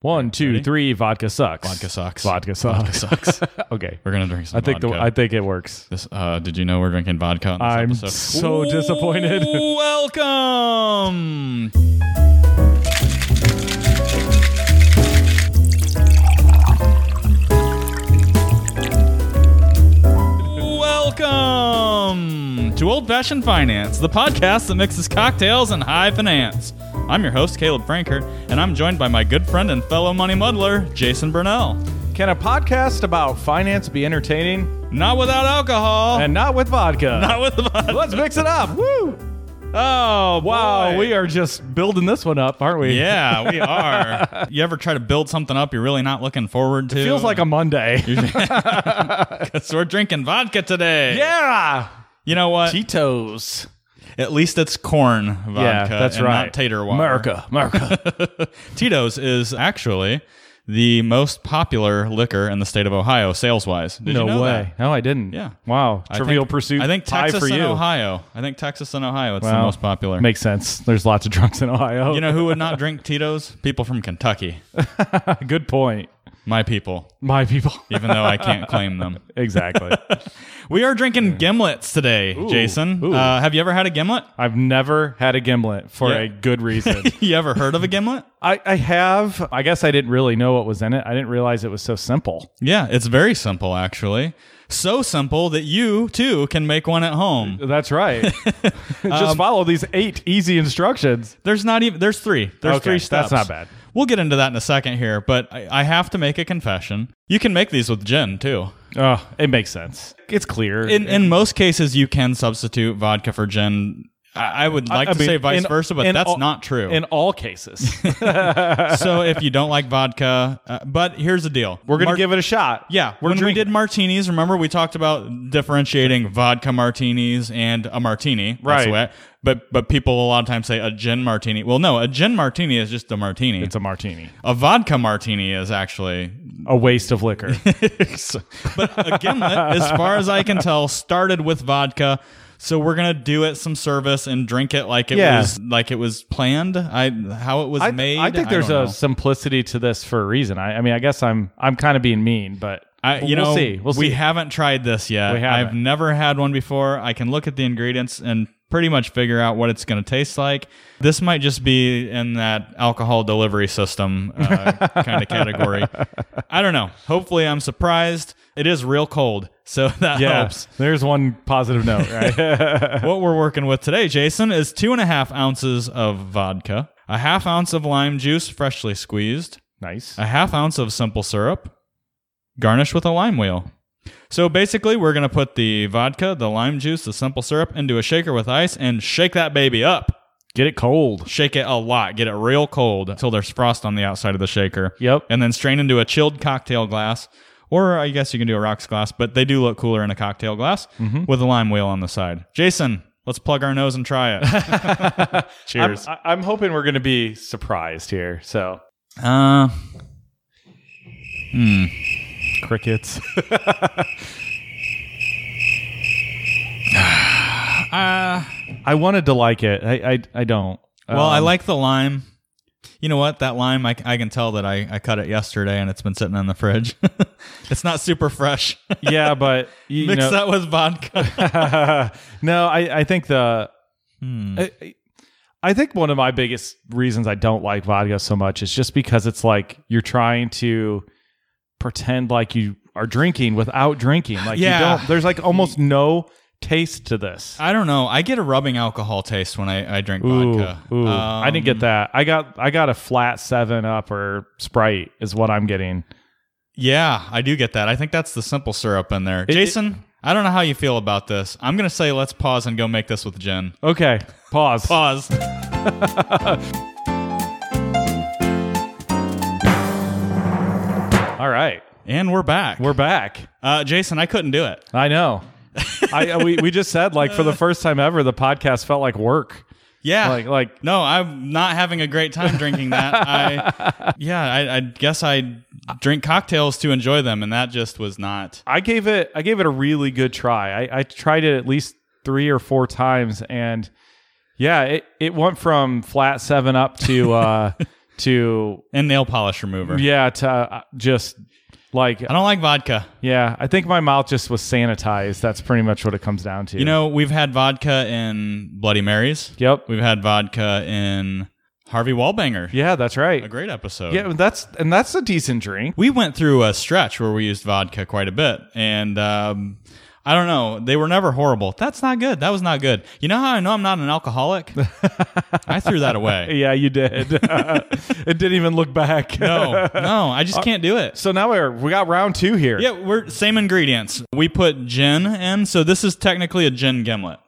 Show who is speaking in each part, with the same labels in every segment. Speaker 1: One, two,
Speaker 2: Ready?
Speaker 1: three. Vodka sucks.
Speaker 2: Vodka sucks.
Speaker 1: Vodka sucks.
Speaker 2: Vodka sucks.
Speaker 1: okay.
Speaker 2: We're gonna drink some.
Speaker 1: I think the,
Speaker 2: vodka.
Speaker 1: I think it works.
Speaker 2: This, uh, did you know we're drinking vodka? On this
Speaker 1: I'm
Speaker 2: episode?
Speaker 1: so disappointed.
Speaker 2: Welcome. Welcome to Old Fashioned Finance, the podcast that mixes cocktails and high finance. I'm your host Caleb Franker, and I'm joined by my good friend and fellow money muddler Jason Burnell.
Speaker 1: Can a podcast about finance be entertaining
Speaker 2: Not without alcohol.
Speaker 1: and not with vodka?
Speaker 2: not with the vodka.
Speaker 1: Let's mix it up. Woo!
Speaker 2: Oh,
Speaker 1: Wow,
Speaker 2: boy.
Speaker 1: we are just building this one up, aren't we?
Speaker 2: Yeah, we are. you ever try to build something up you're really not looking forward to?
Speaker 1: Feels like a Monday.
Speaker 2: because we're drinking vodka today.
Speaker 1: yeah.
Speaker 2: You know what?
Speaker 1: Cheetos.
Speaker 2: At least it's corn vodka.
Speaker 1: yeah, that's
Speaker 2: and
Speaker 1: right.
Speaker 2: Not tater water.
Speaker 1: America, America.
Speaker 2: Tito's is actually the most popular liquor in the state of Ohio, sales wise. Did
Speaker 1: no
Speaker 2: you know
Speaker 1: way.
Speaker 2: that?
Speaker 1: No, I didn't.
Speaker 2: Yeah.
Speaker 1: Wow.
Speaker 2: I
Speaker 1: Trivial
Speaker 2: think-
Speaker 1: Pursuit.
Speaker 2: I think
Speaker 1: pie
Speaker 2: Texas
Speaker 1: for
Speaker 2: and
Speaker 1: you.
Speaker 2: Ohio. I think Texas and Ohio. It's the
Speaker 1: Wow.
Speaker 2: most popular.
Speaker 1: Makes sense. There's lots of drunks in Ohio.
Speaker 2: you know who would not drink Tito's? People from Kentucky.
Speaker 1: good point.
Speaker 2: My people.
Speaker 1: My people.
Speaker 2: Even though I can't claim them.
Speaker 1: exactly.
Speaker 2: We are drinking gimlets today, Jason.
Speaker 1: Ooh.
Speaker 2: Uh, have you ever had a gimlet?
Speaker 1: I've never had a gimlet for
Speaker 2: Yeah.
Speaker 1: a good reason.
Speaker 2: You ever heard of a gimlet?
Speaker 1: I, I have. I guess I didn't really know what was in it. I didn't realize it was so simple.
Speaker 2: Yeah, it's very simple, actually. So simple that you, too, can make one at home.
Speaker 1: That's right. Just follow these eight easy instructions.
Speaker 2: There's not even, there's three. There's
Speaker 1: Okay,
Speaker 2: three steps.
Speaker 1: that's not bad.
Speaker 2: We'll get into that in a second here, but I, I have to make a confession. You can make these with gin, too.
Speaker 1: Oh, it makes sense. It's clear.
Speaker 2: In, in most cases, you can substitute vodka for gin. I, I would like
Speaker 1: I
Speaker 2: to
Speaker 1: mean,
Speaker 2: say vice
Speaker 1: in-
Speaker 2: versa, but
Speaker 1: in
Speaker 2: that's
Speaker 1: all-
Speaker 2: not true.
Speaker 1: in all cases,
Speaker 2: so if you don't like vodka, uh, but here's the deal.
Speaker 1: we're gonna
Speaker 2: Mar-
Speaker 1: give it a shot.
Speaker 2: Yeah,
Speaker 1: we're
Speaker 2: when we
Speaker 1: drinking
Speaker 2: did martinis, remember we talked about differentiating vodka martinis and a martini, That's
Speaker 1: Right.
Speaker 2: the way I- but but people a lot of times say a gin martini. Well, no, a gin martini is just a martini.
Speaker 1: It's a martini.
Speaker 2: a vodka martini is actually,
Speaker 1: A waste of liquor.
Speaker 2: but a gimlet, as far as I can tell, started with vodka. So we're gonna do it some service and drink it like it
Speaker 1: Yeah.
Speaker 2: was like it was planned. I how it was
Speaker 1: I,
Speaker 2: made.
Speaker 1: I think there's
Speaker 2: don't
Speaker 1: a
Speaker 2: know.
Speaker 1: simplicity to this for a reason. I, I mean, I guess I'm I'm kind of being mean, but
Speaker 2: I, you
Speaker 1: we'll
Speaker 2: know,
Speaker 1: see. We'll
Speaker 2: we
Speaker 1: see.
Speaker 2: haven't tried this yet.
Speaker 1: We haven't.
Speaker 2: I've never had one before. I can look at the ingredients and pretty much figure out what it's going to taste like. This might just be in that alcohol delivery system uh, kind of category. I don't know. Hopefully, I'm surprised. It is real cold, so that
Speaker 1: yeah,
Speaker 2: helps.
Speaker 1: there's one positive note, right?
Speaker 2: What we're working with today, Jason, is two and a half ounces of vodka, a half ounce of lime juice freshly squeezed,
Speaker 1: nice.
Speaker 2: a half ounce of simple syrup, garnish with a lime wheel. So basically, we're going to put the vodka, the lime juice, the simple syrup into a shaker with ice and shake that baby up.
Speaker 1: Get it cold.
Speaker 2: Shake it a lot, get it real cold until there's frost on the outside of the shaker.
Speaker 1: Yep.
Speaker 2: And then strain into a chilled cocktail glass, or I guess you can do a rocks glass, but they do look cooler in a cocktail glass with a lime wheel on the side. Jason, let's plug our nose and try it.
Speaker 1: I'm,
Speaker 2: Cheers.
Speaker 1: I- I'm hoping we're going to be surprised here. So
Speaker 2: Uh,
Speaker 1: crickets. I wanted to like it. I I, I don't.
Speaker 2: Well,
Speaker 1: Um,
Speaker 2: I like the lime. You know what? That lime, I, I can tell that I, I cut it yesterday and it's been sitting in the fridge. it's not super fresh.
Speaker 1: yeah, but you
Speaker 2: Mix
Speaker 1: know,
Speaker 2: that with vodka.
Speaker 1: no, I I think the.
Speaker 2: Hmm.
Speaker 1: I- I, I think one of my biggest reasons I don't like vodka so much is just because it's like you're trying to pretend like you are drinking without drinking. Like
Speaker 2: Yeah.
Speaker 1: you don't there's like almost no taste to this.
Speaker 2: I don't know. I get a rubbing alcohol taste when I, I drink
Speaker 1: Ooh,
Speaker 2: vodka.
Speaker 1: ooh.
Speaker 2: Um,
Speaker 1: I didn't get that. I got I got a flat seven up or Sprite is what I'm getting.
Speaker 2: Yeah, I do get that. I think that's the simple syrup in there. Jason, I don't know how you feel about this. I'm going to say let's pause and go make this with gin.
Speaker 1: Okay, pause.
Speaker 2: Pause.
Speaker 1: All right,
Speaker 2: And we're back.
Speaker 1: we're back.
Speaker 2: uh, Jason, I couldn't do it.
Speaker 1: I know. I we we just said like for the first time ever the podcast felt like work.
Speaker 2: Yeah.
Speaker 1: Like like
Speaker 2: No, I'm not having a great time drinking that. I, yeah, I, I guess I drink cocktails to enjoy them, and that just was not.
Speaker 1: I gave it I gave it a really good try. I, I tried it at least three or four times and yeah, it, it went from flat seven up to uh to
Speaker 2: and nail polish remover.
Speaker 1: yeah to uh, just like
Speaker 2: I don't like vodka.
Speaker 1: yeah. I think my mouth just was sanitized. That's pretty much what it comes down to.
Speaker 2: You know, we've had vodka in Bloody Marys.
Speaker 1: Yep.
Speaker 2: We've had vodka in Harvey Wallbanger.
Speaker 1: Yeah, that's right.
Speaker 2: A great episode.
Speaker 1: Yeah, that's and that's a decent drink.
Speaker 2: We went through a stretch where we used vodka quite a bit, and um, I don't know, they were never horrible. That's not good. That was not good. You know how I know I'm not an alcoholic? I threw that away.
Speaker 1: Yeah, you did. it didn't even look back.
Speaker 2: No, no, I just can't do it.
Speaker 1: So now we're we got round two here.
Speaker 2: Yeah, we're same ingredients. We put gin in, so this is technically a gin gimlet.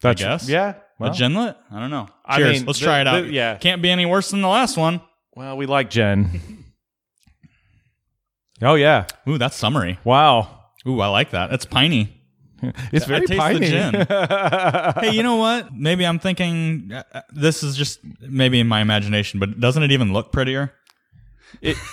Speaker 1: that's,
Speaker 2: guess.
Speaker 1: Yeah. Well,
Speaker 2: a ginlet? I don't know.
Speaker 1: I
Speaker 2: Cheers.
Speaker 1: mean,
Speaker 2: Let's
Speaker 1: the-
Speaker 2: try it out.
Speaker 1: the- yeah.
Speaker 2: Can't be any worse than the last one.
Speaker 1: well, we like Jen. oh yeah.
Speaker 2: Ooh, that's summery.
Speaker 1: Wow.
Speaker 2: Ooh, I like that. That's piney.
Speaker 1: It's
Speaker 2: I
Speaker 1: very
Speaker 2: taste the
Speaker 1: piney.
Speaker 2: gin. hey, you know what? Maybe I'm thinking uh, uh, this is just maybe in my imagination, but doesn't it even look prettier?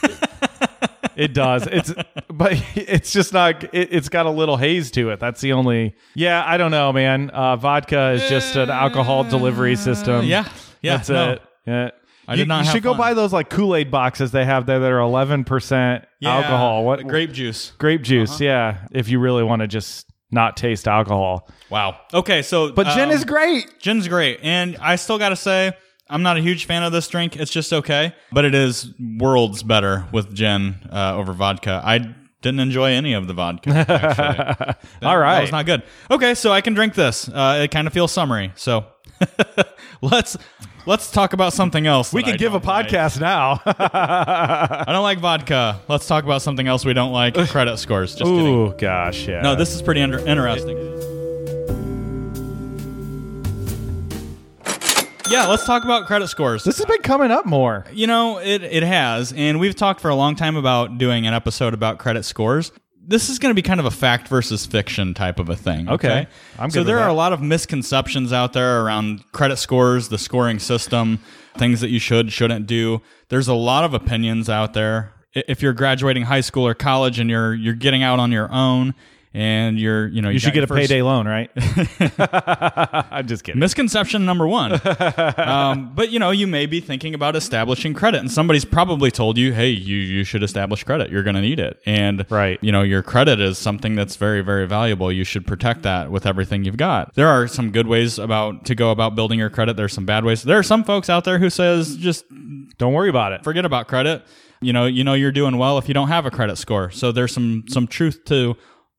Speaker 1: It does. It's but it's just not. It, it's got a little haze to it. That's the only. Yeah, I don't know, man. Uh, vodka is just an alcohol delivery system.
Speaker 2: yeah, yeah.
Speaker 1: that's
Speaker 2: no.
Speaker 1: it. Yeah.
Speaker 2: I
Speaker 1: you,
Speaker 2: did not
Speaker 1: you
Speaker 2: have
Speaker 1: should go
Speaker 2: fun.
Speaker 1: buy those like Kool Aid boxes they have there that are eleven percent
Speaker 2: Yeah,
Speaker 1: alcohol. What
Speaker 2: grape juice?
Speaker 1: grape juice?
Speaker 2: Uh-huh.
Speaker 1: Yeah, if you really want to just not taste alcohol.
Speaker 2: Wow. Okay, so
Speaker 1: But gin
Speaker 2: um,
Speaker 1: is great.
Speaker 2: gin's great, and I still gotta say I'm not a huge fan of this drink. It's just okay, but it is worlds better with gin uh, over vodka. I didn't enjoy any of the vodka. Actually.
Speaker 1: All
Speaker 2: That
Speaker 1: right.
Speaker 2: was not good. Okay, so I can drink this. Uh, it kind of feels summery. So let's let's talk about something else.
Speaker 1: we could give a podcast now.
Speaker 2: I don't like vodka. Let's talk about something else we don't like. Credit scores. Just kidding.
Speaker 1: Ooh, gosh, yeah.
Speaker 2: No, this is pretty under- interesting. Yeah, let's talk about credit scores.
Speaker 1: this has been coming up more.
Speaker 2: You know, it, it has. And we've talked for a long time about doing an episode about credit scores. This is going to be kind of a fact versus fiction type of a thing. Okay.
Speaker 1: Okay. I'm
Speaker 2: so
Speaker 1: good with
Speaker 2: there are
Speaker 1: that.
Speaker 2: a lot of misconceptions out there around credit scores, the scoring system, things that you should, shouldn't do. There's a lot of opinions out there. I- If you're graduating high school or college and you're you're getting out on your own and you're, you know,
Speaker 1: You should get a
Speaker 2: payday.
Speaker 1: payday loan, right? I'm just kidding.
Speaker 2: Misconception number one. um, but you know, you may be thinking about establishing credit, and somebody's probably told you, "Hey, you you should establish credit. You're going to need it." And
Speaker 1: Right.
Speaker 2: you know, your credit is something that's very very valuable. You should protect that with everything you've got. There are some good ways about to go about building your credit. There's some bad ways. There are some folks out there who says just
Speaker 1: Don't worry about it.
Speaker 2: forget about credit. You know, you know you're doing well if you don't have a credit score. So there's some some truth to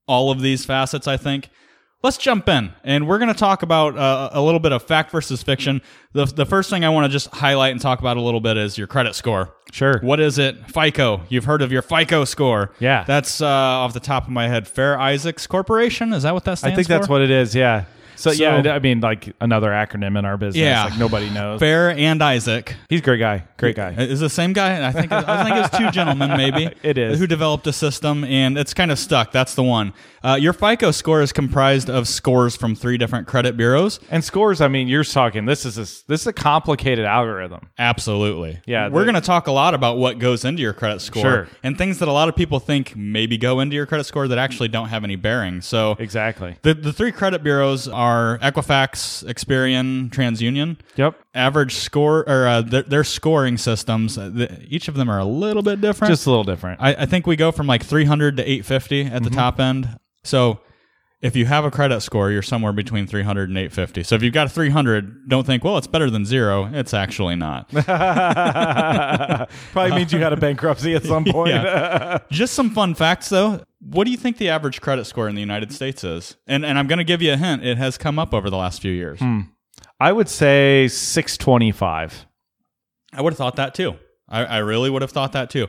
Speaker 2: all of these facets, I think. Let's jump in, and we're going to talk about uh, a little bit of fact versus fiction. The, the first thing I want to just highlight and talk about a little bit is your credit score.
Speaker 1: Sure.
Speaker 2: What is it? FICO. You've heard of your FICO score.
Speaker 1: Yeah.
Speaker 2: That's uh, off the top of my head. Fair Isaacs Corporation. Is that what that stands
Speaker 1: I think that's
Speaker 2: for?
Speaker 1: what it is. Yeah. So,
Speaker 2: So-
Speaker 1: yeah, I mean, like another acronym in our business.
Speaker 2: Yeah.
Speaker 1: Like nobody knows.
Speaker 2: Fair and Isaac.
Speaker 1: He's a great guy. Great guy.
Speaker 2: Is the same guy? I think I think it's two gentlemen, maybe.
Speaker 1: It is.
Speaker 2: who developed a system, and it's kind of stuck. That's the one. Uh, your FICO score is comprised of scores from three different credit bureaux.
Speaker 1: And scores. I mean, you're talking. This is a, this is a complicated algorithm.
Speaker 2: Absolutely.
Speaker 1: Yeah,
Speaker 2: We're
Speaker 1: the-
Speaker 2: going to talk a lot about what goes into your credit score
Speaker 1: Sure.
Speaker 2: and things that a lot of people think maybe go into your credit score that actually don't have any bearing. So
Speaker 1: Exactly.
Speaker 2: the the three credit bureaus are Equifax, Experian, TransUnion.
Speaker 1: Yep.
Speaker 2: Average score or uh, their, their scoring systems, uh, the, each of them are a little bit different.
Speaker 1: Just a little different.
Speaker 2: I, I think we go from like 300 to 850 at
Speaker 1: Mm-hmm.
Speaker 2: the top end. So if you have a credit score, you're somewhere between 300 and 850. So if you've got a 300, don't think, well, it's better than zero. It's actually not.
Speaker 1: Probably means you had a bankruptcy at some point.
Speaker 2: Just some fun facts, though. What do you think the average credit score in the United States is? And, and I'm going to give you a hint. It has come up over the last few years.
Speaker 1: Hmm. I would say 625.
Speaker 2: I would have thought that too. I, I really would have thought that too.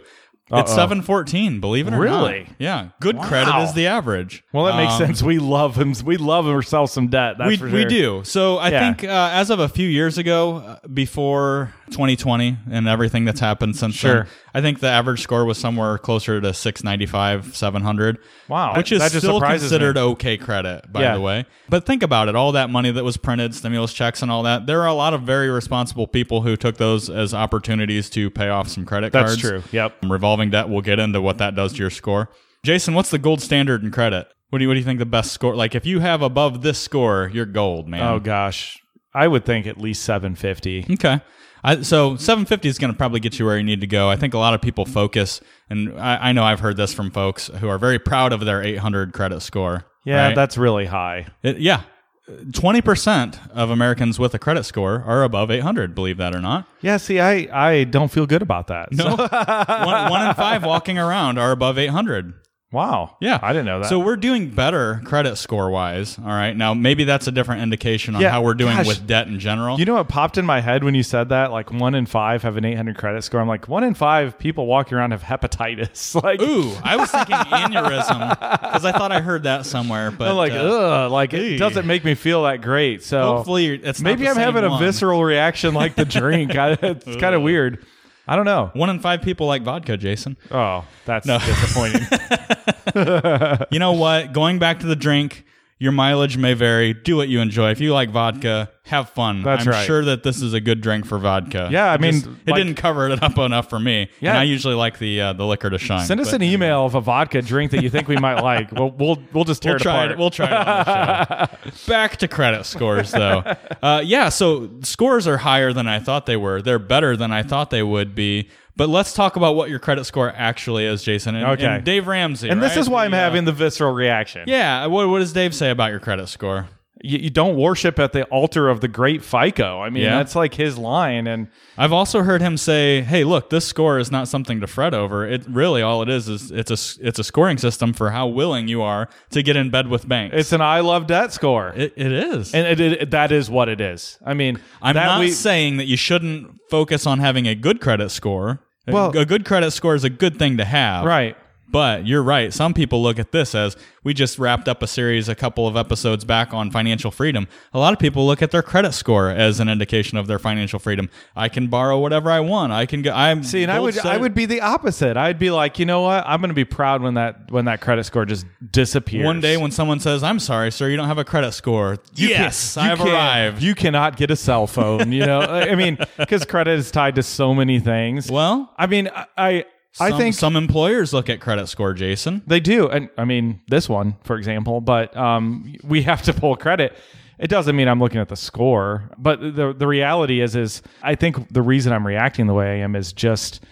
Speaker 2: It's
Speaker 1: Uh-oh.
Speaker 2: 714, believe it or not.
Speaker 1: Really?
Speaker 2: Yeah. Good credit is the average.
Speaker 1: Well, that makes
Speaker 2: Um,
Speaker 1: sense. We love him. We love ourselves some debt. That's
Speaker 2: we,
Speaker 1: for
Speaker 2: we
Speaker 1: sure.
Speaker 2: do. So I
Speaker 1: Yeah.
Speaker 2: think uh, as of a few years ago, uh, before 2020 and everything that's happened since
Speaker 1: Sure.
Speaker 2: then, I think the average score was somewhere closer to 695, 700.
Speaker 1: Wow.
Speaker 2: Which is
Speaker 1: That just
Speaker 2: still
Speaker 1: surprises me.
Speaker 2: considered okay credit, by
Speaker 1: Yeah.
Speaker 2: the way. But think about it all that money that was printed, stimulus checks, and all that. There are a lot of very responsible people who took those as opportunities to pay off some credit
Speaker 1: That's
Speaker 2: cards. Mm.
Speaker 1: true. Yep.
Speaker 2: Revolving debt, we'll get into what that does to your score. Jason, what's the gold standard in credit? What do you, what do you think the best score? Like, if you have above this score, you're gold, man.
Speaker 1: Oh gosh. I would think at least 750.
Speaker 2: Okay. I, so 750 is going to probably get you where you need to go. I think a lot of people focus, and I, I know I've heard this from folks who are very proud of their 800 credit score.
Speaker 1: Yeah,
Speaker 2: right?
Speaker 1: that's really high.
Speaker 2: It- yeah. 20% of Americans with a credit score are above 800, believe that or not.
Speaker 1: Yeah, see, I, I don't feel good about that.
Speaker 2: No.
Speaker 1: So-
Speaker 2: one, one in five walking around are above 800.
Speaker 1: wow.
Speaker 2: Yeah.
Speaker 1: I didn't know that.
Speaker 2: So we're doing better credit score wise. All right. Now, maybe that's a different indication on
Speaker 1: Yeah,
Speaker 2: how we're doing
Speaker 1: gosh.
Speaker 2: with debt in general.
Speaker 1: you know what popped in my head when you said that? Like one in five have an 800 credit score. I'm like, one in five people walking around have hepatitis. like,
Speaker 2: Ooh, I was thinking aneurysm because I thought I heard that somewhere. But
Speaker 1: I'm like,
Speaker 2: uh,
Speaker 1: ugh, like it
Speaker 2: eh.
Speaker 1: doesn't make me feel that great. So
Speaker 2: Hopefully you're- it's not
Speaker 1: maybe
Speaker 2: the
Speaker 1: I'm
Speaker 2: same
Speaker 1: having a
Speaker 2: one.
Speaker 1: visceral reaction like the drink. I, it's kind of weird. I don't know.
Speaker 2: one in five people like vodka, Jason.
Speaker 1: Oh, that's disappointing.
Speaker 2: You know what? Going back to the drink, your mileage may vary. Do what you enjoy. If you like vodka, have fun.
Speaker 1: That's
Speaker 2: I'm
Speaker 1: right.
Speaker 2: sure that this is a good drink for vodka.
Speaker 1: Yeah, I
Speaker 2: It
Speaker 1: mean,
Speaker 2: just- it
Speaker 1: like-
Speaker 2: didn't cover it up enough for me.
Speaker 1: Yeah.
Speaker 2: and I usually like the uh, the liquor to shine.
Speaker 1: Send us
Speaker 2: but
Speaker 1: an email of a vodka drink that you think we might like. We'll we'll, we'll just tear
Speaker 2: We'll
Speaker 1: it
Speaker 2: try
Speaker 1: apart.
Speaker 2: it. We'll try it. On the show. Back to credit scores, though. Uh, yeah, so scores are higher than I thought they were. They're better than I thought they would be. But let's talk about what your credit score actually is, Jason. And,
Speaker 1: Okay.
Speaker 2: and Dave Ramsey.
Speaker 1: and this
Speaker 2: right?
Speaker 1: is why I'm
Speaker 2: The, uh,
Speaker 1: having the visceral reaction.
Speaker 2: Yeah. What, what does Dave say about your credit score?
Speaker 1: You, you don't worship at the altar of the great FICO. I mean,
Speaker 2: Yeah.
Speaker 1: that's like his line. And
Speaker 2: I've also heard him say, "Hey, look, this score is not something to fret over. It really all it is is it's a s- it's a scoring system for how willing you are to get in bed with banks.
Speaker 1: it's an I love debt score.
Speaker 2: it, it is.
Speaker 1: and it, it, that is what it is. I mean,
Speaker 2: I'm
Speaker 1: that
Speaker 2: not
Speaker 1: we-
Speaker 2: saying that you shouldn't focus on having a good credit score. A-
Speaker 1: Well-
Speaker 2: a good credit score is a good thing to have.
Speaker 1: right.
Speaker 2: But you're right. Some people look at this as we just wrapped up a series a couple of episodes back on financial freedom. A lot of people look at their credit score as an indication of their financial freedom. I can borrow whatever I want. I can go. I'm
Speaker 1: See, and I would I would be the opposite. I'd be like, you know what? I'm going to be proud when that when that credit score just disappears.
Speaker 2: One day when someone says, "I'm sorry, sir, you don't have a credit score," yes,
Speaker 1: You
Speaker 2: I've
Speaker 1: can't-
Speaker 2: arrived.
Speaker 1: You cannot get a cell phone. You know, I I mean, because credit is tied to so many things.
Speaker 2: well,
Speaker 1: I mean, I I, I
Speaker 2: some-
Speaker 1: think
Speaker 2: some employers look at credit score, Jason.
Speaker 1: they do, and I mean this one for example. But um, we have to pull credit. It doesn't mean I'm looking at the score, but the the reality is is I think the reason I'm reacting the way I am is just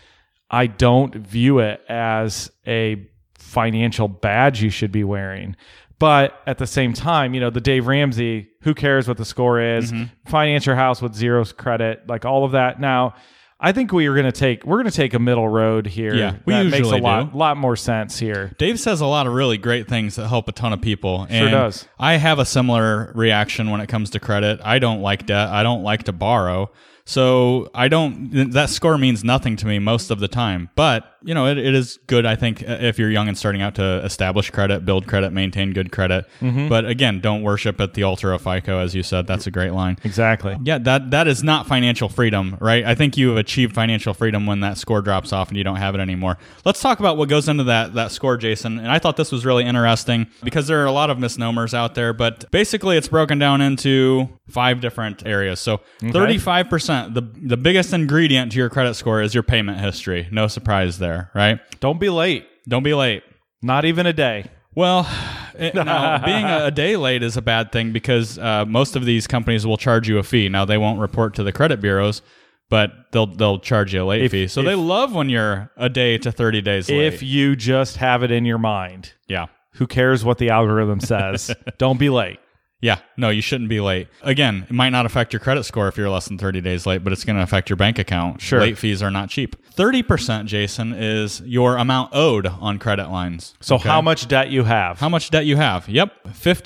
Speaker 1: I don't view it as a financial badge you should be wearing. But at the same time, you know, the Dave Ramsey, who cares what the score is,
Speaker 2: Mm-hmm.
Speaker 1: finance your house with zero credit, like all of that. Now, I think we are going to take we're going to take a middle road here.
Speaker 2: Yeah, we
Speaker 1: that makes a
Speaker 2: usually
Speaker 1: lot
Speaker 2: do.
Speaker 1: lot more sense here.
Speaker 2: Dave says a lot of really great things that help a ton of people. Sure and
Speaker 1: does.
Speaker 2: I have a similar reaction when it comes to credit. I don't like debt. I don't like to borrow. So I don't. th- That score means nothing to me most of the time. But you know, it, it is good. I think uh, if you're young and starting out to establish credit, build credit, maintain good credit. But again, don't worship at the altar of FICO, as you said. That's a great line.
Speaker 1: Exactly.
Speaker 2: Yeah, that that is not financial freedom, right? I think you have achieved financial freedom when that score drops off and you don't have it anymore. Let's talk about what goes into that that score, Jason. And I thought this was really interesting because there are a lot of misnomers out there, but basically it's broken down into five different areas. So 35%, the the biggest ingredient to your credit score is your payment history. No surprise there, right?
Speaker 1: Don't be late.
Speaker 2: Don't be late.
Speaker 1: Not even a day.
Speaker 2: Well, it, now, being a, a day late is a bad thing because uh, most of these companies will charge you a fee. Now they won't report to the credit bureaus, but they'll they'll charge you a late fee. So they love when you're a day to thirty days late.
Speaker 1: If you just have it in your mind,
Speaker 2: yeah,
Speaker 1: who cares what the algorithm says? Don't be late.
Speaker 2: yeah, no, you shouldn't be late. Again, it might not affect your credit score if you're less than thirty days late, but it's going to affect your bank account.
Speaker 1: Sure.
Speaker 2: late fees are not cheap. Thirty percent, Jason, is your amount owed on credit lines.
Speaker 1: So how much debt you have?
Speaker 2: How much debt you have? Yep.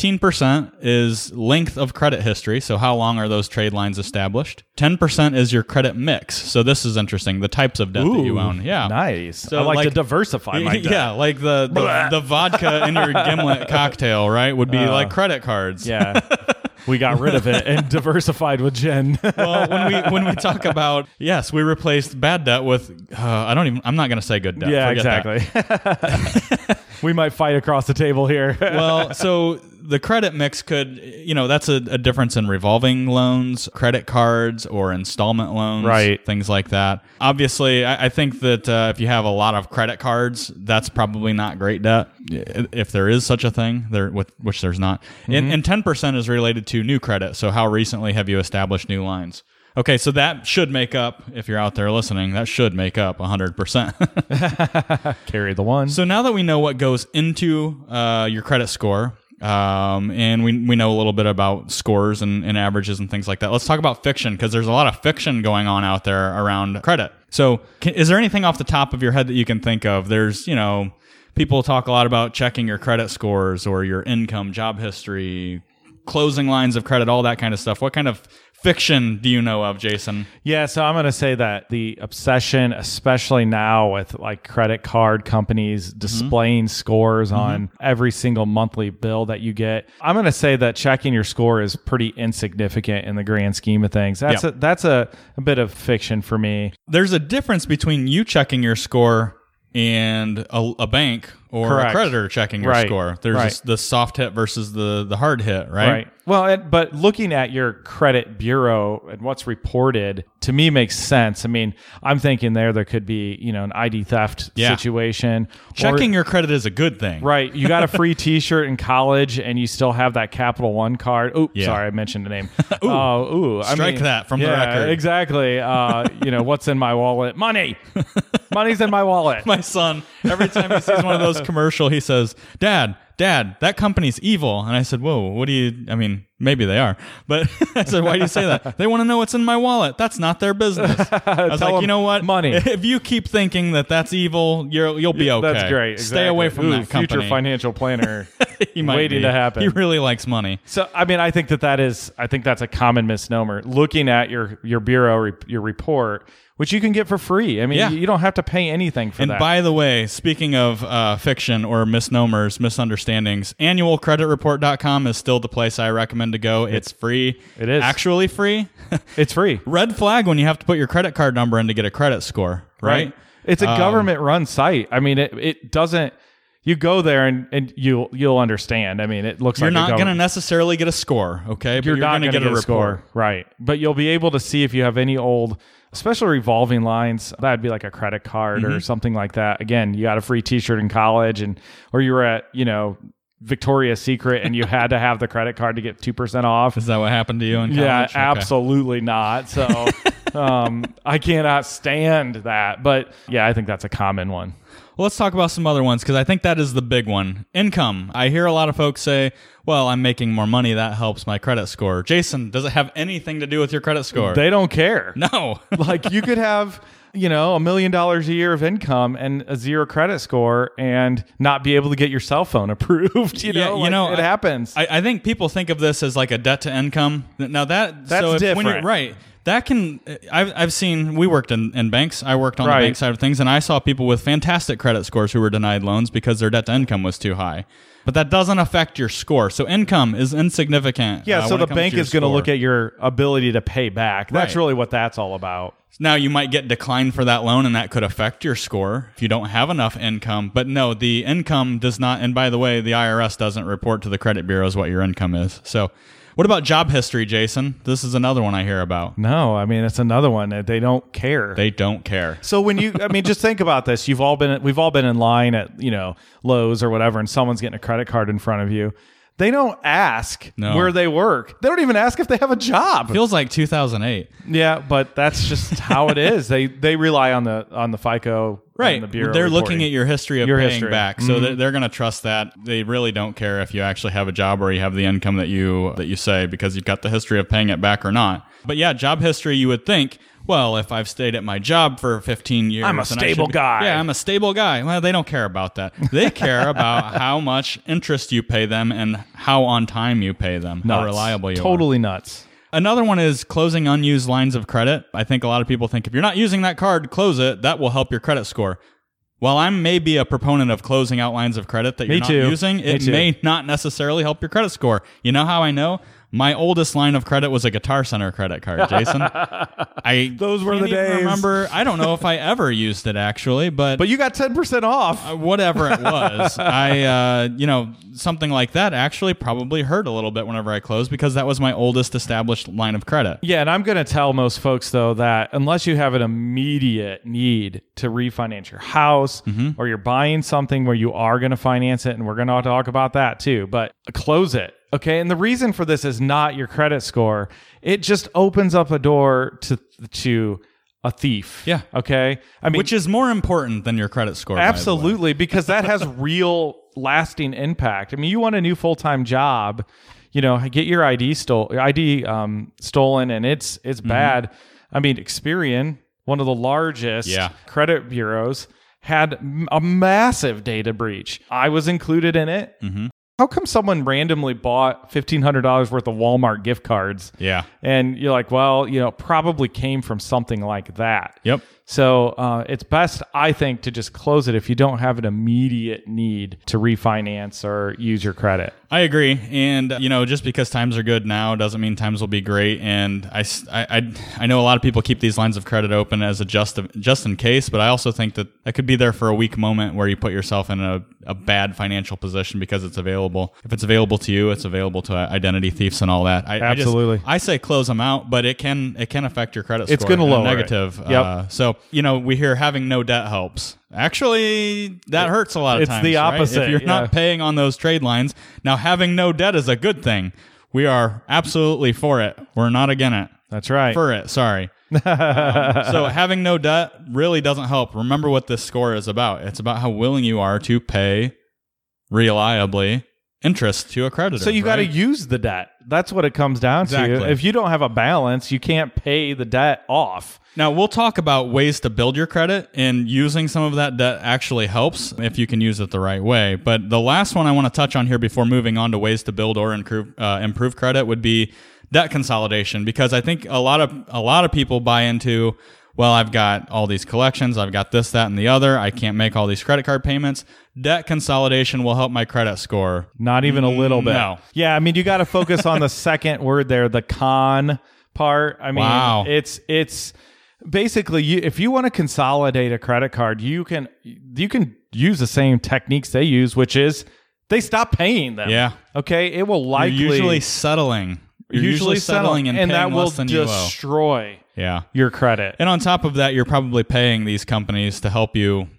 Speaker 2: 15% is length of credit history. So, how long are those trade lines established? 10% is your credit mix. So, this is interesting the types of debt that you own. Yeah.
Speaker 1: Nice. I like, to diversify my debt.
Speaker 2: Yeah, like the, the, the vodka in your gimlet cocktail, right? Would be like credit cards.
Speaker 1: Uh. Yeah. we got rid of it and diversified with Jen.
Speaker 2: Well, when we when we talk about yes, we replaced bad debt with uh, I don't even I'm not gonna say good debt.
Speaker 1: yeah,
Speaker 2: Forget that.
Speaker 1: exactly. we might fight across the table here.
Speaker 2: well, so the credit mix could, you know, that's a, a difference in revolving loans, credit cards, or installment loans,
Speaker 1: Right.
Speaker 2: Things like that. Obviously, I, I think that uh, if you have a lot of credit cards, that's probably not great debt, i- if there is such a thing. There, with, which there's not. And, and ten percent is related to new credit. So, how recently have you established new lines? Okay, so that should make up, if you're out there listening, that should make up 100%.
Speaker 1: Carry the one.
Speaker 2: so now that we know what goes into uh, your credit score, um, and we, we know a little bit about scores and, and averages and things like that, let's talk about fiction because there's a lot of fiction going on out there around credit. So, can, is there anything off the top of your head that you can think of? There's, you know, people talk a lot about checking your credit scores or your income, job history, closing lines of credit, all that kind of stuff. What kind of fiction do you know of, Jason?
Speaker 1: Yeah, so I'm going to say that the obsession, especially now with like credit card
Speaker 2: Mm-hmm.
Speaker 1: companies displaying scores on every single monthly bill that you get, I'm going to say that checking your score is pretty insignificant in the grand scheme of things. That's
Speaker 2: Yeah.
Speaker 1: a, that's a, a bit of fiction for me.
Speaker 2: there's a difference between you checking your score and a, a bank or a
Speaker 1: Correct.
Speaker 2: creditor checking your
Speaker 1: Right.
Speaker 2: score. There's
Speaker 1: Right.
Speaker 2: this- the soft hit versus the the hard hit, right?
Speaker 1: Right. Well, it, but looking at your credit bureau and what's reported to me makes sense. I mean, I'm thinking there there could be, you know, an ID theft
Speaker 2: Yeah.
Speaker 1: situation. or-
Speaker 2: Checking your credit is a good thing.
Speaker 1: Right. You got a free T-shirt in college, and you still have that Capital One card. Oh,
Speaker 2: Yeah.
Speaker 1: sorry, I mentioned the name. ooh, oh, ooh. I
Speaker 2: Strike that from the
Speaker 1: yeah,
Speaker 2: record.
Speaker 1: Exactly. Uh, you know what's in my wallet? Money. Money's in my wallet.
Speaker 2: My son, every time he sees one of those commercial, he says, "Dad, Dad, that company's evil." And I said, "Whoa, what do you? I mean, maybe they are, but I said, why do you say that? They want to know what's in my wallet. That's not their business." I was
Speaker 1: Tell
Speaker 2: like,
Speaker 1: 'em
Speaker 2: "You know what?
Speaker 1: money."
Speaker 2: If you keep thinking that that's evil, you're, you'll be okay.
Speaker 1: That's great.
Speaker 2: Stay away
Speaker 1: exactly.
Speaker 2: from
Speaker 1: Ooh,
Speaker 2: that company.
Speaker 1: Future financial planner.
Speaker 2: he might
Speaker 1: waiting
Speaker 2: be.
Speaker 1: to happen.
Speaker 2: He really likes money.
Speaker 1: So I mean, I think that that is. I think that's a common misnomer. Looking at your your bureau re- your report, which you can get for free. I mean,
Speaker 2: Yeah.
Speaker 1: you don't have to pay anything for
Speaker 2: And
Speaker 1: that.
Speaker 2: by the way, speaking of uh, fiction or misnomers, misunderstandings, annualcreditreport.com is still the place I recommend to go. It's free.
Speaker 1: It is.
Speaker 2: Actually free.
Speaker 1: it's free,
Speaker 2: Red flag when you have to put your credit card number in to get a credit score, right? Um,
Speaker 1: It's a government run site. I mean, it it doesn't. You go there and, and you'll you'll understand. I mean, it looks
Speaker 2: You're
Speaker 1: like a
Speaker 2: not going to
Speaker 1: government-
Speaker 2: necessarily get a score, okay? But
Speaker 1: You're, not
Speaker 2: gonna
Speaker 1: going to get, a
Speaker 2: report.
Speaker 1: score, right? But you'll be able to see if you have any old, especially revolving lines. That'd be like a credit card
Speaker 2: Mm-hmm.
Speaker 1: or something like that. Again, you got a free T-shirt in college, and or you were at you know Victoria's Secret and you had to have the credit card to get two percent off.
Speaker 2: Is that what happened to you in college?
Speaker 1: Yeah,
Speaker 2: Okay.
Speaker 1: absolutely not. So. um, I cannot stand that, but yeah, I think that's a common one.
Speaker 2: Well, let's talk about some other ones because I think that is the big one. Income. I hear a lot of folks say, well, I'm making more money. That helps my credit score. Jason, does it have anything to do with your credit score?
Speaker 1: They don't care.
Speaker 2: no.
Speaker 1: like you could have, you know, a million dollars a year of income and a zero credit score and not be able to get your cell phone approved. You
Speaker 2: Yeah,
Speaker 1: know,
Speaker 2: you
Speaker 1: Like,
Speaker 2: know,
Speaker 1: it
Speaker 2: I-
Speaker 1: happens.
Speaker 2: I, I think people think of this as like a debt to income. Now that
Speaker 1: That's
Speaker 2: so if, When you're,
Speaker 1: different.
Speaker 2: right. That can uh, I've I've seen we worked in, in banks. I worked on
Speaker 1: Right.
Speaker 2: the bank side of things and I saw people with fantastic credit scores who were denied loans because their debt to income was too high. But that doesn't affect your score. So income is insignificant.
Speaker 1: yeah,
Speaker 2: uh,
Speaker 1: so
Speaker 2: when it
Speaker 1: the
Speaker 2: comes
Speaker 1: bank
Speaker 2: your
Speaker 1: is going to
Speaker 2: score.
Speaker 1: look at your ability to pay back. That's
Speaker 2: Right.
Speaker 1: really what that's all about.
Speaker 2: Now you might get declined for that loan, and that could affect your score if you don't have enough income. But no, the income does not. And by the way, the IRS doesn't report to the credit bureaus what your income is. So, what about job history, Jason? This is another one I hear about.
Speaker 1: No, I mean it's another one that they don't care.
Speaker 2: They don't care.
Speaker 1: So when you, I mean, just think about this. You've all been, we've all been in line at you know Lowe's or whatever, and someone's getting a credit card in front of you. They don't ask
Speaker 2: No.
Speaker 1: where they work. They don't even ask if they have a job.
Speaker 2: Feels like 2008.
Speaker 1: Yeah, but that's just how it is. They they rely on the on the FICO
Speaker 2: Right.
Speaker 1: and the bureau.
Speaker 2: they're looking
Speaker 1: reporting.
Speaker 2: at your history of
Speaker 1: Your
Speaker 2: paying
Speaker 1: history. Mm-hmm.
Speaker 2: back. So they're, they're going to trust that. They really don't care if you actually have a job or you have the income that you that you say because you've got the history of paying it back or not. But yeah, job history you would think, well, if I've stayed at my job for 15 years,
Speaker 1: I'm a
Speaker 2: then I should
Speaker 1: stable
Speaker 2: be-
Speaker 1: guy.
Speaker 2: Yeah, I'm a stable guy. Well, they don't care about that. They care about how much interest you pay them and how on time you pay them, how
Speaker 1: Nuts.
Speaker 2: reliable you are.
Speaker 1: Totally nuts.
Speaker 2: Another one is closing unused lines of credit. I think a lot of people think if you're not using that card, close it. That will help your credit score. While I'm maybe a proponent of closing out lines of credit that you're
Speaker 1: Me
Speaker 2: not
Speaker 1: too.
Speaker 2: using,
Speaker 1: Me
Speaker 2: it
Speaker 1: too.
Speaker 2: may not necessarily help your credit score. You know how I know? My oldest line of credit was a Guitar Center credit card, Jason. I
Speaker 1: Those were
Speaker 2: can't
Speaker 1: the
Speaker 2: even
Speaker 1: days.
Speaker 2: Remember, I don't know if I ever used it actually, but uh,
Speaker 1: But you got ten percent off.
Speaker 2: whatever it was i uh, you know something like that actually probably hurt a little bit whenever i closed because that was my oldest established line of credit
Speaker 1: yeah, and I'm going to tell most folks though that unless you have an immediate need to refinance your house
Speaker 2: Mm-hmm.
Speaker 1: or you're buying something where you are going to finance it, and we're going to talk about that too. But close it. Okay. And the reason for this is not your credit score. It just opens up a door to to a thief.
Speaker 2: Yeah.
Speaker 1: Okay. I mean,
Speaker 2: Which is more important than your credit score. by the way.
Speaker 1: absolutely, because that has real lasting impact. I mean, you want a new full time job, you know, get your ID stolen, ID um, stolen, and it's it's
Speaker 2: Mm-hmm.
Speaker 1: bad. I mean, Experian, one of the largest
Speaker 2: Yeah.
Speaker 1: credit bureaus, had m- a massive data breach. I was included in it.
Speaker 2: Mm-hmm.
Speaker 1: How come someone randomly bought fifteen hundred dollars worth of Walmart gift cards?
Speaker 2: Yeah.
Speaker 1: And you're like, well, you know, it probably came from something like that.
Speaker 2: Yep.
Speaker 1: So uh, it's best, I think, to just close it if you don't have an immediate need to refinance or use your credit.
Speaker 2: I agree. And, uh, you know, just because times are good now doesn't mean times will be great. And I, s- I- I- I know a lot of people keep these lines of credit open as a just, just in case, but I also think that that could be there for a weak moment where you put yourself in a, a bad financial position because it's available. If it's available to you, it's available to uh, identity thieves and all that. I, I just-
Speaker 1: Absolutely.
Speaker 2: I, say close them out, but it can, it can affect your credit
Speaker 1: It's
Speaker 2: score.
Speaker 1: gonna
Speaker 2: in a
Speaker 1: lower it.
Speaker 2: Negative.
Speaker 1: Yep.
Speaker 2: Uh, so, you know, we hear having no debt helps. Actually, that hurts a lot of
Speaker 1: It's
Speaker 2: times.
Speaker 1: the
Speaker 2: right?
Speaker 1: opposite,
Speaker 2: If you're
Speaker 1: yeah.
Speaker 2: not paying on those trade lines. Now, having no debt is a good thing. We are absolutely for it. We're not against it.
Speaker 1: That's right.
Speaker 2: For it, sorry. Um, so, having no debt really doesn't help. Remember what this score is about it's about how willing you are to pay reliably interest to a creditor.
Speaker 1: so you got to
Speaker 2: right?
Speaker 1: use the debt. That's what it comes down to.
Speaker 2: Exactly.
Speaker 1: If you don't have a balance, you can't pay the debt off.
Speaker 2: Now, we'll talk about ways to build your credit, and using some of that debt actually helps if you can use it the right way. But the last one I want to touch on here before moving on to ways to build or improve, uh, improve credit would be debt consolidation, because I think a lot of a lot of people buy into, well, I've got all these collections, I've got this, that, and the other. I can't make all these credit card payments. Debt consolidation will help my credit score.
Speaker 1: Not even a little bit.
Speaker 2: No.
Speaker 1: Yeah, I mean, you got to focus on the second word there, the con part. I mean,
Speaker 2: Wow.
Speaker 1: it's it's basically you if you want to consolidate a credit card, you can you can use the same techniques they use, which is they stop paying them.
Speaker 2: Yeah.
Speaker 1: Okay, it will
Speaker 2: You're
Speaker 1: likely
Speaker 2: usually settling. You're
Speaker 1: usually
Speaker 2: usually, settling
Speaker 1: settle,
Speaker 2: and,
Speaker 1: and
Speaker 2: paying
Speaker 1: that will
Speaker 2: less than you
Speaker 1: destroy
Speaker 2: owe. Yeah.
Speaker 1: your credit.
Speaker 2: And on top of that, you're probably paying these companies to help you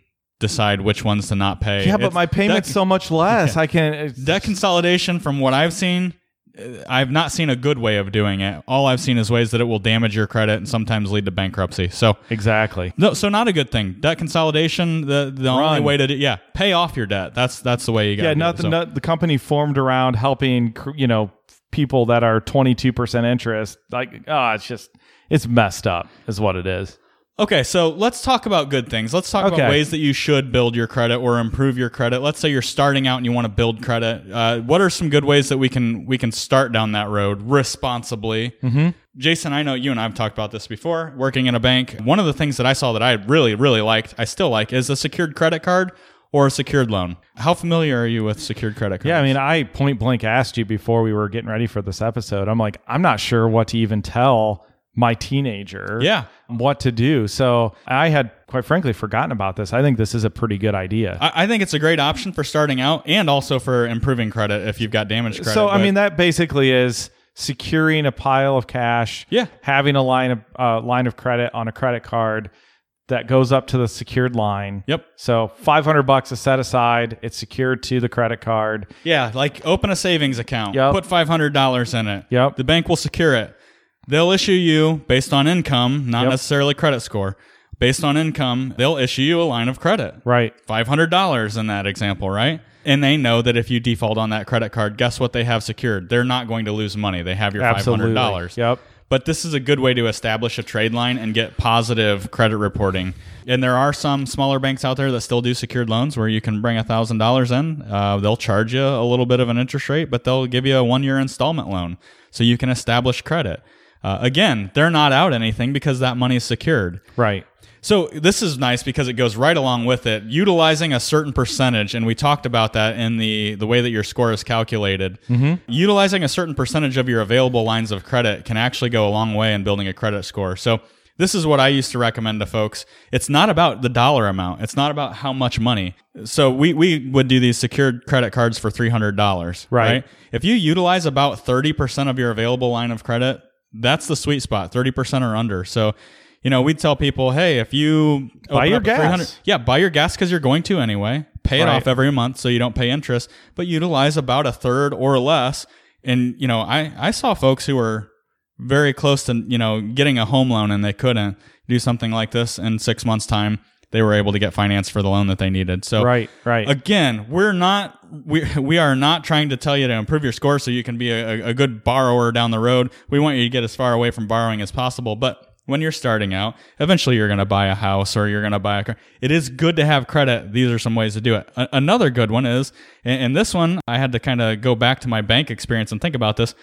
Speaker 2: decide which ones to not pay.
Speaker 1: yeah, but
Speaker 2: It's-
Speaker 1: my payment's
Speaker 2: debt,
Speaker 1: so much less. I can it's-
Speaker 2: debt consolidation. From what I've seen, uh, I've not seen a good way of doing it. All I've seen is ways that it will damage your credit and sometimes lead to bankruptcy. So.
Speaker 1: exactly.
Speaker 2: No, so not a good thing. Debt consolidation. The the only
Speaker 1: Run.
Speaker 2: way to do, yeah, pay off your debt. That's that's the way you got.
Speaker 1: Yeah,
Speaker 2: do
Speaker 1: not
Speaker 2: it.
Speaker 1: the,
Speaker 2: So-
Speaker 1: not the company formed around helping cr- you know people that are 22% interest like oh it's just it's messed up is what it is.
Speaker 2: Okay, so let's talk about good things. Let's talk
Speaker 1: Okay.
Speaker 2: about ways that you should build your credit or improve your credit. Let's say you're starting out and you want to build credit. Uh, what are some good ways that we can we can start down that road responsibly? Mm-hmm. Jason, I know you and I've talked about this before. Working in a bank, one of the things that I saw that I really really liked, I still like, is a secured credit card or a secured loan. How familiar are you with secured credit cards?
Speaker 1: Yeah, I mean I point blank asked you before we were getting ready for this episode. I'm like I'm not sure what to even tell my teenager
Speaker 2: Yeah.
Speaker 1: what to do. So I had quite frankly forgotten about this. I think this is a pretty good idea.
Speaker 2: I I think it's a great option for starting out and also for improving credit if you've got damaged credit.
Speaker 1: So I
Speaker 2: but-
Speaker 1: mean, that basically is securing a pile of cash.
Speaker 2: Yeah.
Speaker 1: having a line of uh, line of credit on a credit card that goes up to the secured line.
Speaker 2: Yep.
Speaker 1: So five hundred bucks is set aside. It's secured to the credit card.
Speaker 2: Yeah, like open a savings account.
Speaker 1: Yep.
Speaker 2: Put five hundred dollars in it.
Speaker 1: Yep.
Speaker 2: The bank will secure it. They'll issue you based on income, not
Speaker 1: Yep.
Speaker 2: necessarily credit score. Based on income, they'll issue you a line of credit.
Speaker 1: Right.
Speaker 2: Five hundred dollars in that example, right? And they know that if you default on that credit card, guess what they have secured? They're not going to lose money. They have your five
Speaker 1: Absolutely.
Speaker 2: hundred dollars.
Speaker 1: Yep.
Speaker 2: But this is a good way to establish a trade line and get positive credit reporting. And there are some smaller banks out there that still do secured loans where you can bring $1,000 in. Uh, they'll charge you a little bit of an interest rate, but they'll give you a one year installment loan so you can establish credit. Uh, again, they're not out anything because that money is secured.
Speaker 1: Right.
Speaker 2: So this is nice because it goes right along with it, utilizing a certain percentage, and we talked about that in the the way that your score is calculated. Utilizing a certain percentage of your available lines of credit can actually go a long way in building a credit score. So this is what I used to recommend to folks. It's not about the dollar amount. It's not about how much money. So we, we would do these secured credit cards for three hundred dollars.
Speaker 1: Right.
Speaker 2: If you utilize about thirty percent of your available line of credit, that's the sweet spot, thirty percent or under. So you know, we tell people, hey, if you open
Speaker 1: your
Speaker 2: up a 300
Speaker 1: gas.
Speaker 2: yeah, buy your gas because you're going to anyway. Pay it
Speaker 1: Right.
Speaker 2: off every month so you don't pay interest, but utilize about a third or less. And you know, I I saw folks who were very close to you know getting a home loan and they couldn't do something like this in six months time they were able to get finance for the loan that they needed so
Speaker 1: Right, right.
Speaker 2: again we're not we, we are not trying to tell you to improve your score so you can be a, a good borrower down the road we want you to get as far away from borrowing as possible but when you're starting out eventually you're going to buy a house or you're going to buy a car it is good to have credit these are some ways to do it a- another good one is and, and this one i had to kind of go back to my bank experience and think about this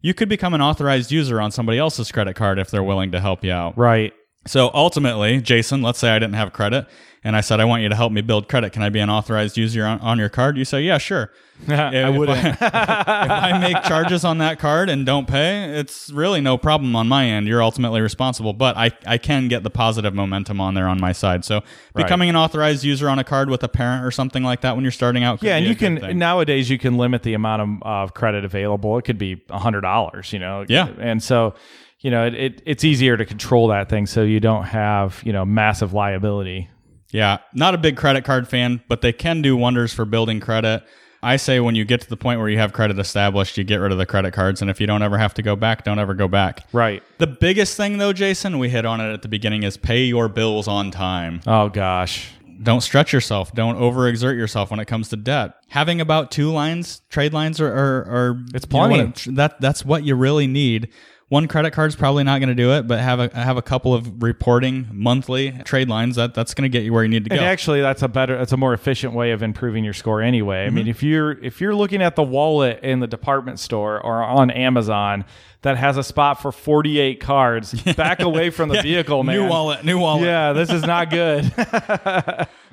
Speaker 2: you could become an authorized user on somebody else's credit card if they're willing to help you out.
Speaker 1: right.
Speaker 2: So ultimately, Jason, let's say I didn't have credit and I said, I want you to help me build credit. Can I be an authorized user on, on your card? You say, yeah, sure.
Speaker 1: I
Speaker 2: If
Speaker 1: wouldn't.
Speaker 2: if I make charges on that card and don't pay, it's really no problem on my end. You're ultimately responsible, but I, I can get the positive momentum on there on my side. So becoming an authorized user on a card with a parent or something like that when you're starting out. could
Speaker 1: Yeah, and
Speaker 2: be a
Speaker 1: you
Speaker 2: good
Speaker 1: can
Speaker 2: thing.
Speaker 1: nowadays you can limit the amount of, of credit available. It could be hundred dollars, you know.
Speaker 2: Yeah.
Speaker 1: and so you know it, it it's easier to control that thing so you don't have you know massive liability.
Speaker 2: Yeah, not a big credit card fan, but they can do wonders for building credit. I say when you get to the point where you have credit established, you get rid of the credit cards. And if you don't ever have to go back, don't ever go back.
Speaker 1: Right.
Speaker 2: The biggest thing, though, Jason, we hit on it at the beginning is pay your bills on time.
Speaker 1: Oh gosh.
Speaker 2: Don't stretch yourself. Don't overexert yourself when it comes to debt. Having about two lines, trade lines, or, or, or
Speaker 1: It's
Speaker 2: you know,
Speaker 1: plenty.
Speaker 2: what it- that that's what you really need. One credit card's probably not going to do it, but have a have a couple of reporting monthly trade lines that that's going to get you where you need to go.
Speaker 1: And actually, that's a better, that's a more efficient way of improving your score. Anyway, I
Speaker 2: Mm-hmm.
Speaker 1: mean, if you're if you're looking at the wallet in the department store or on Amazon that has a spot for 48 cards, back away from the vehicle, man.
Speaker 2: New wallet, new wallet.
Speaker 1: Yeah, this is not good.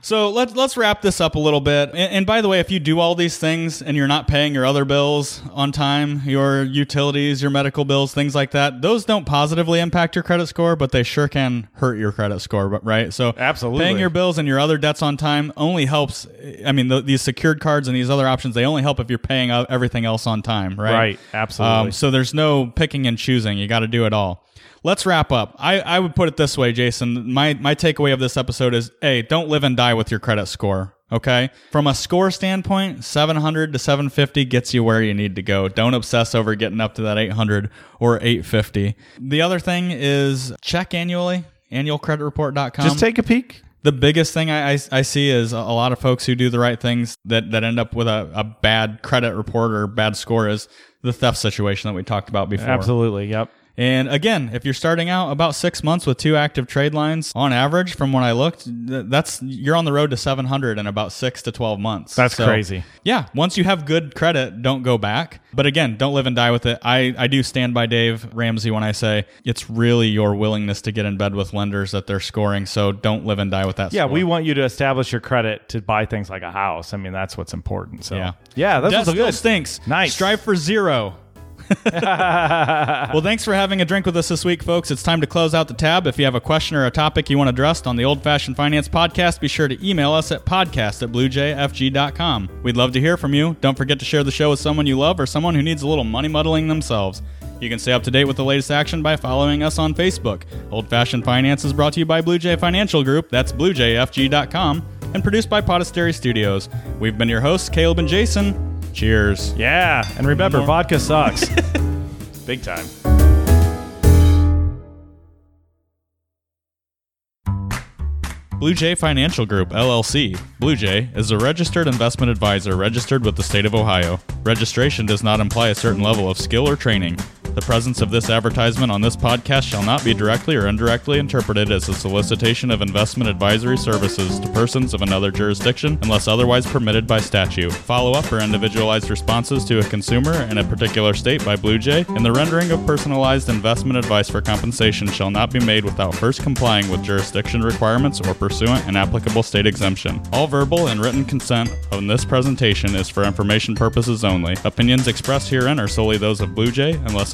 Speaker 2: So let's let's wrap this up a little bit. And, and by the way, if you do all these things and you're not paying your other bills on time, your utilities, your medical bills, things like that, those don't positively impact your credit score, but they sure can hurt your credit score. But right, so
Speaker 1: Absolutely.
Speaker 2: paying your bills and your other debts on time only helps. I mean, th these secured cards and these other options they only help if you're paying uh, everything else on time. Right.
Speaker 1: Right, absolutely.
Speaker 2: Um, so there's no picking and choosing. You got to do it all. Let's wrap up. I, I would put it this way, Jason. My my takeaway of this episode is: A, don't live and die with your credit score. Okay, from a score standpoint, 700 to 750 gets you where you need to go. Don't obsess over getting up to that 800 or 850. The other thing is check annually, annualcreditreport.com.
Speaker 1: Just take a peek.
Speaker 2: the biggest thing I, I, I see is a a lot of folks who do the right things that, that end up with a, a bad credit report or bad score is the theft situation that we talked about before.
Speaker 1: Absolutely. Yep.
Speaker 2: And again, if you're starting out about six months with two active trade lines on average, from when I looked, th- that's you're on the road to 700 in about six to 12 months.
Speaker 1: That's crazy.
Speaker 2: Yeah. Once you have good credit, don't go back. But again, don't live and die with it. I, I do stand by Dave Ramsey when I say it's really your willingness to get in bed with lenders that they're scoring. So don't live and die with that.
Speaker 1: Yeah,
Speaker 2: score.
Speaker 1: we want you to establish your credit to buy things like a house. I mean, that's what's important. So
Speaker 2: Yeah.
Speaker 1: yeah that's
Speaker 2: That
Speaker 1: what's
Speaker 2: still
Speaker 1: good.
Speaker 2: stinks.
Speaker 1: Nice.
Speaker 2: Strive for zero. well, thanks for having a drink with us this week, folks. It's time to close out the tab. If you have a question or a topic you want addressed on the Old Fashioned Finance Podcast, be sure to email us at podcast at bluejfg.com. We'd love to hear from you. Don't forget to share the show with someone you love or someone who needs a little money muddling themselves. You can stay up to date with the latest action by following us on Facebook. Old Fashioned Finance is brought to you by Blue Jay Financial Group. That's bluejfg.com and produced by Podastery Studios. We've been your hosts, Caleb and Jason. Cheers.
Speaker 1: Yeah, and remember,
Speaker 2: One more.
Speaker 1: vodka sucks. Big time.
Speaker 2: Blue Jay Financial Group, LLC. Blue Jay is a registered investment advisor registered with the state of Ohio. Registration does not imply a certain level of skill or training. The presence of this advertisement on this podcast shall not be directly or indirectly interpreted as a solicitation of investment advisory services to persons of another jurisdiction unless otherwise permitted by statute. Follow up or individualized responses to a consumer in a particular state by Blue Jay and the rendering of personalized investment advice for compensation shall not be made without first complying with jurisdiction requirements or pursuant an applicable state exemption. All verbal and written consent on this presentation is for information purposes only. Opinions expressed herein are solely those of Blue Jay unless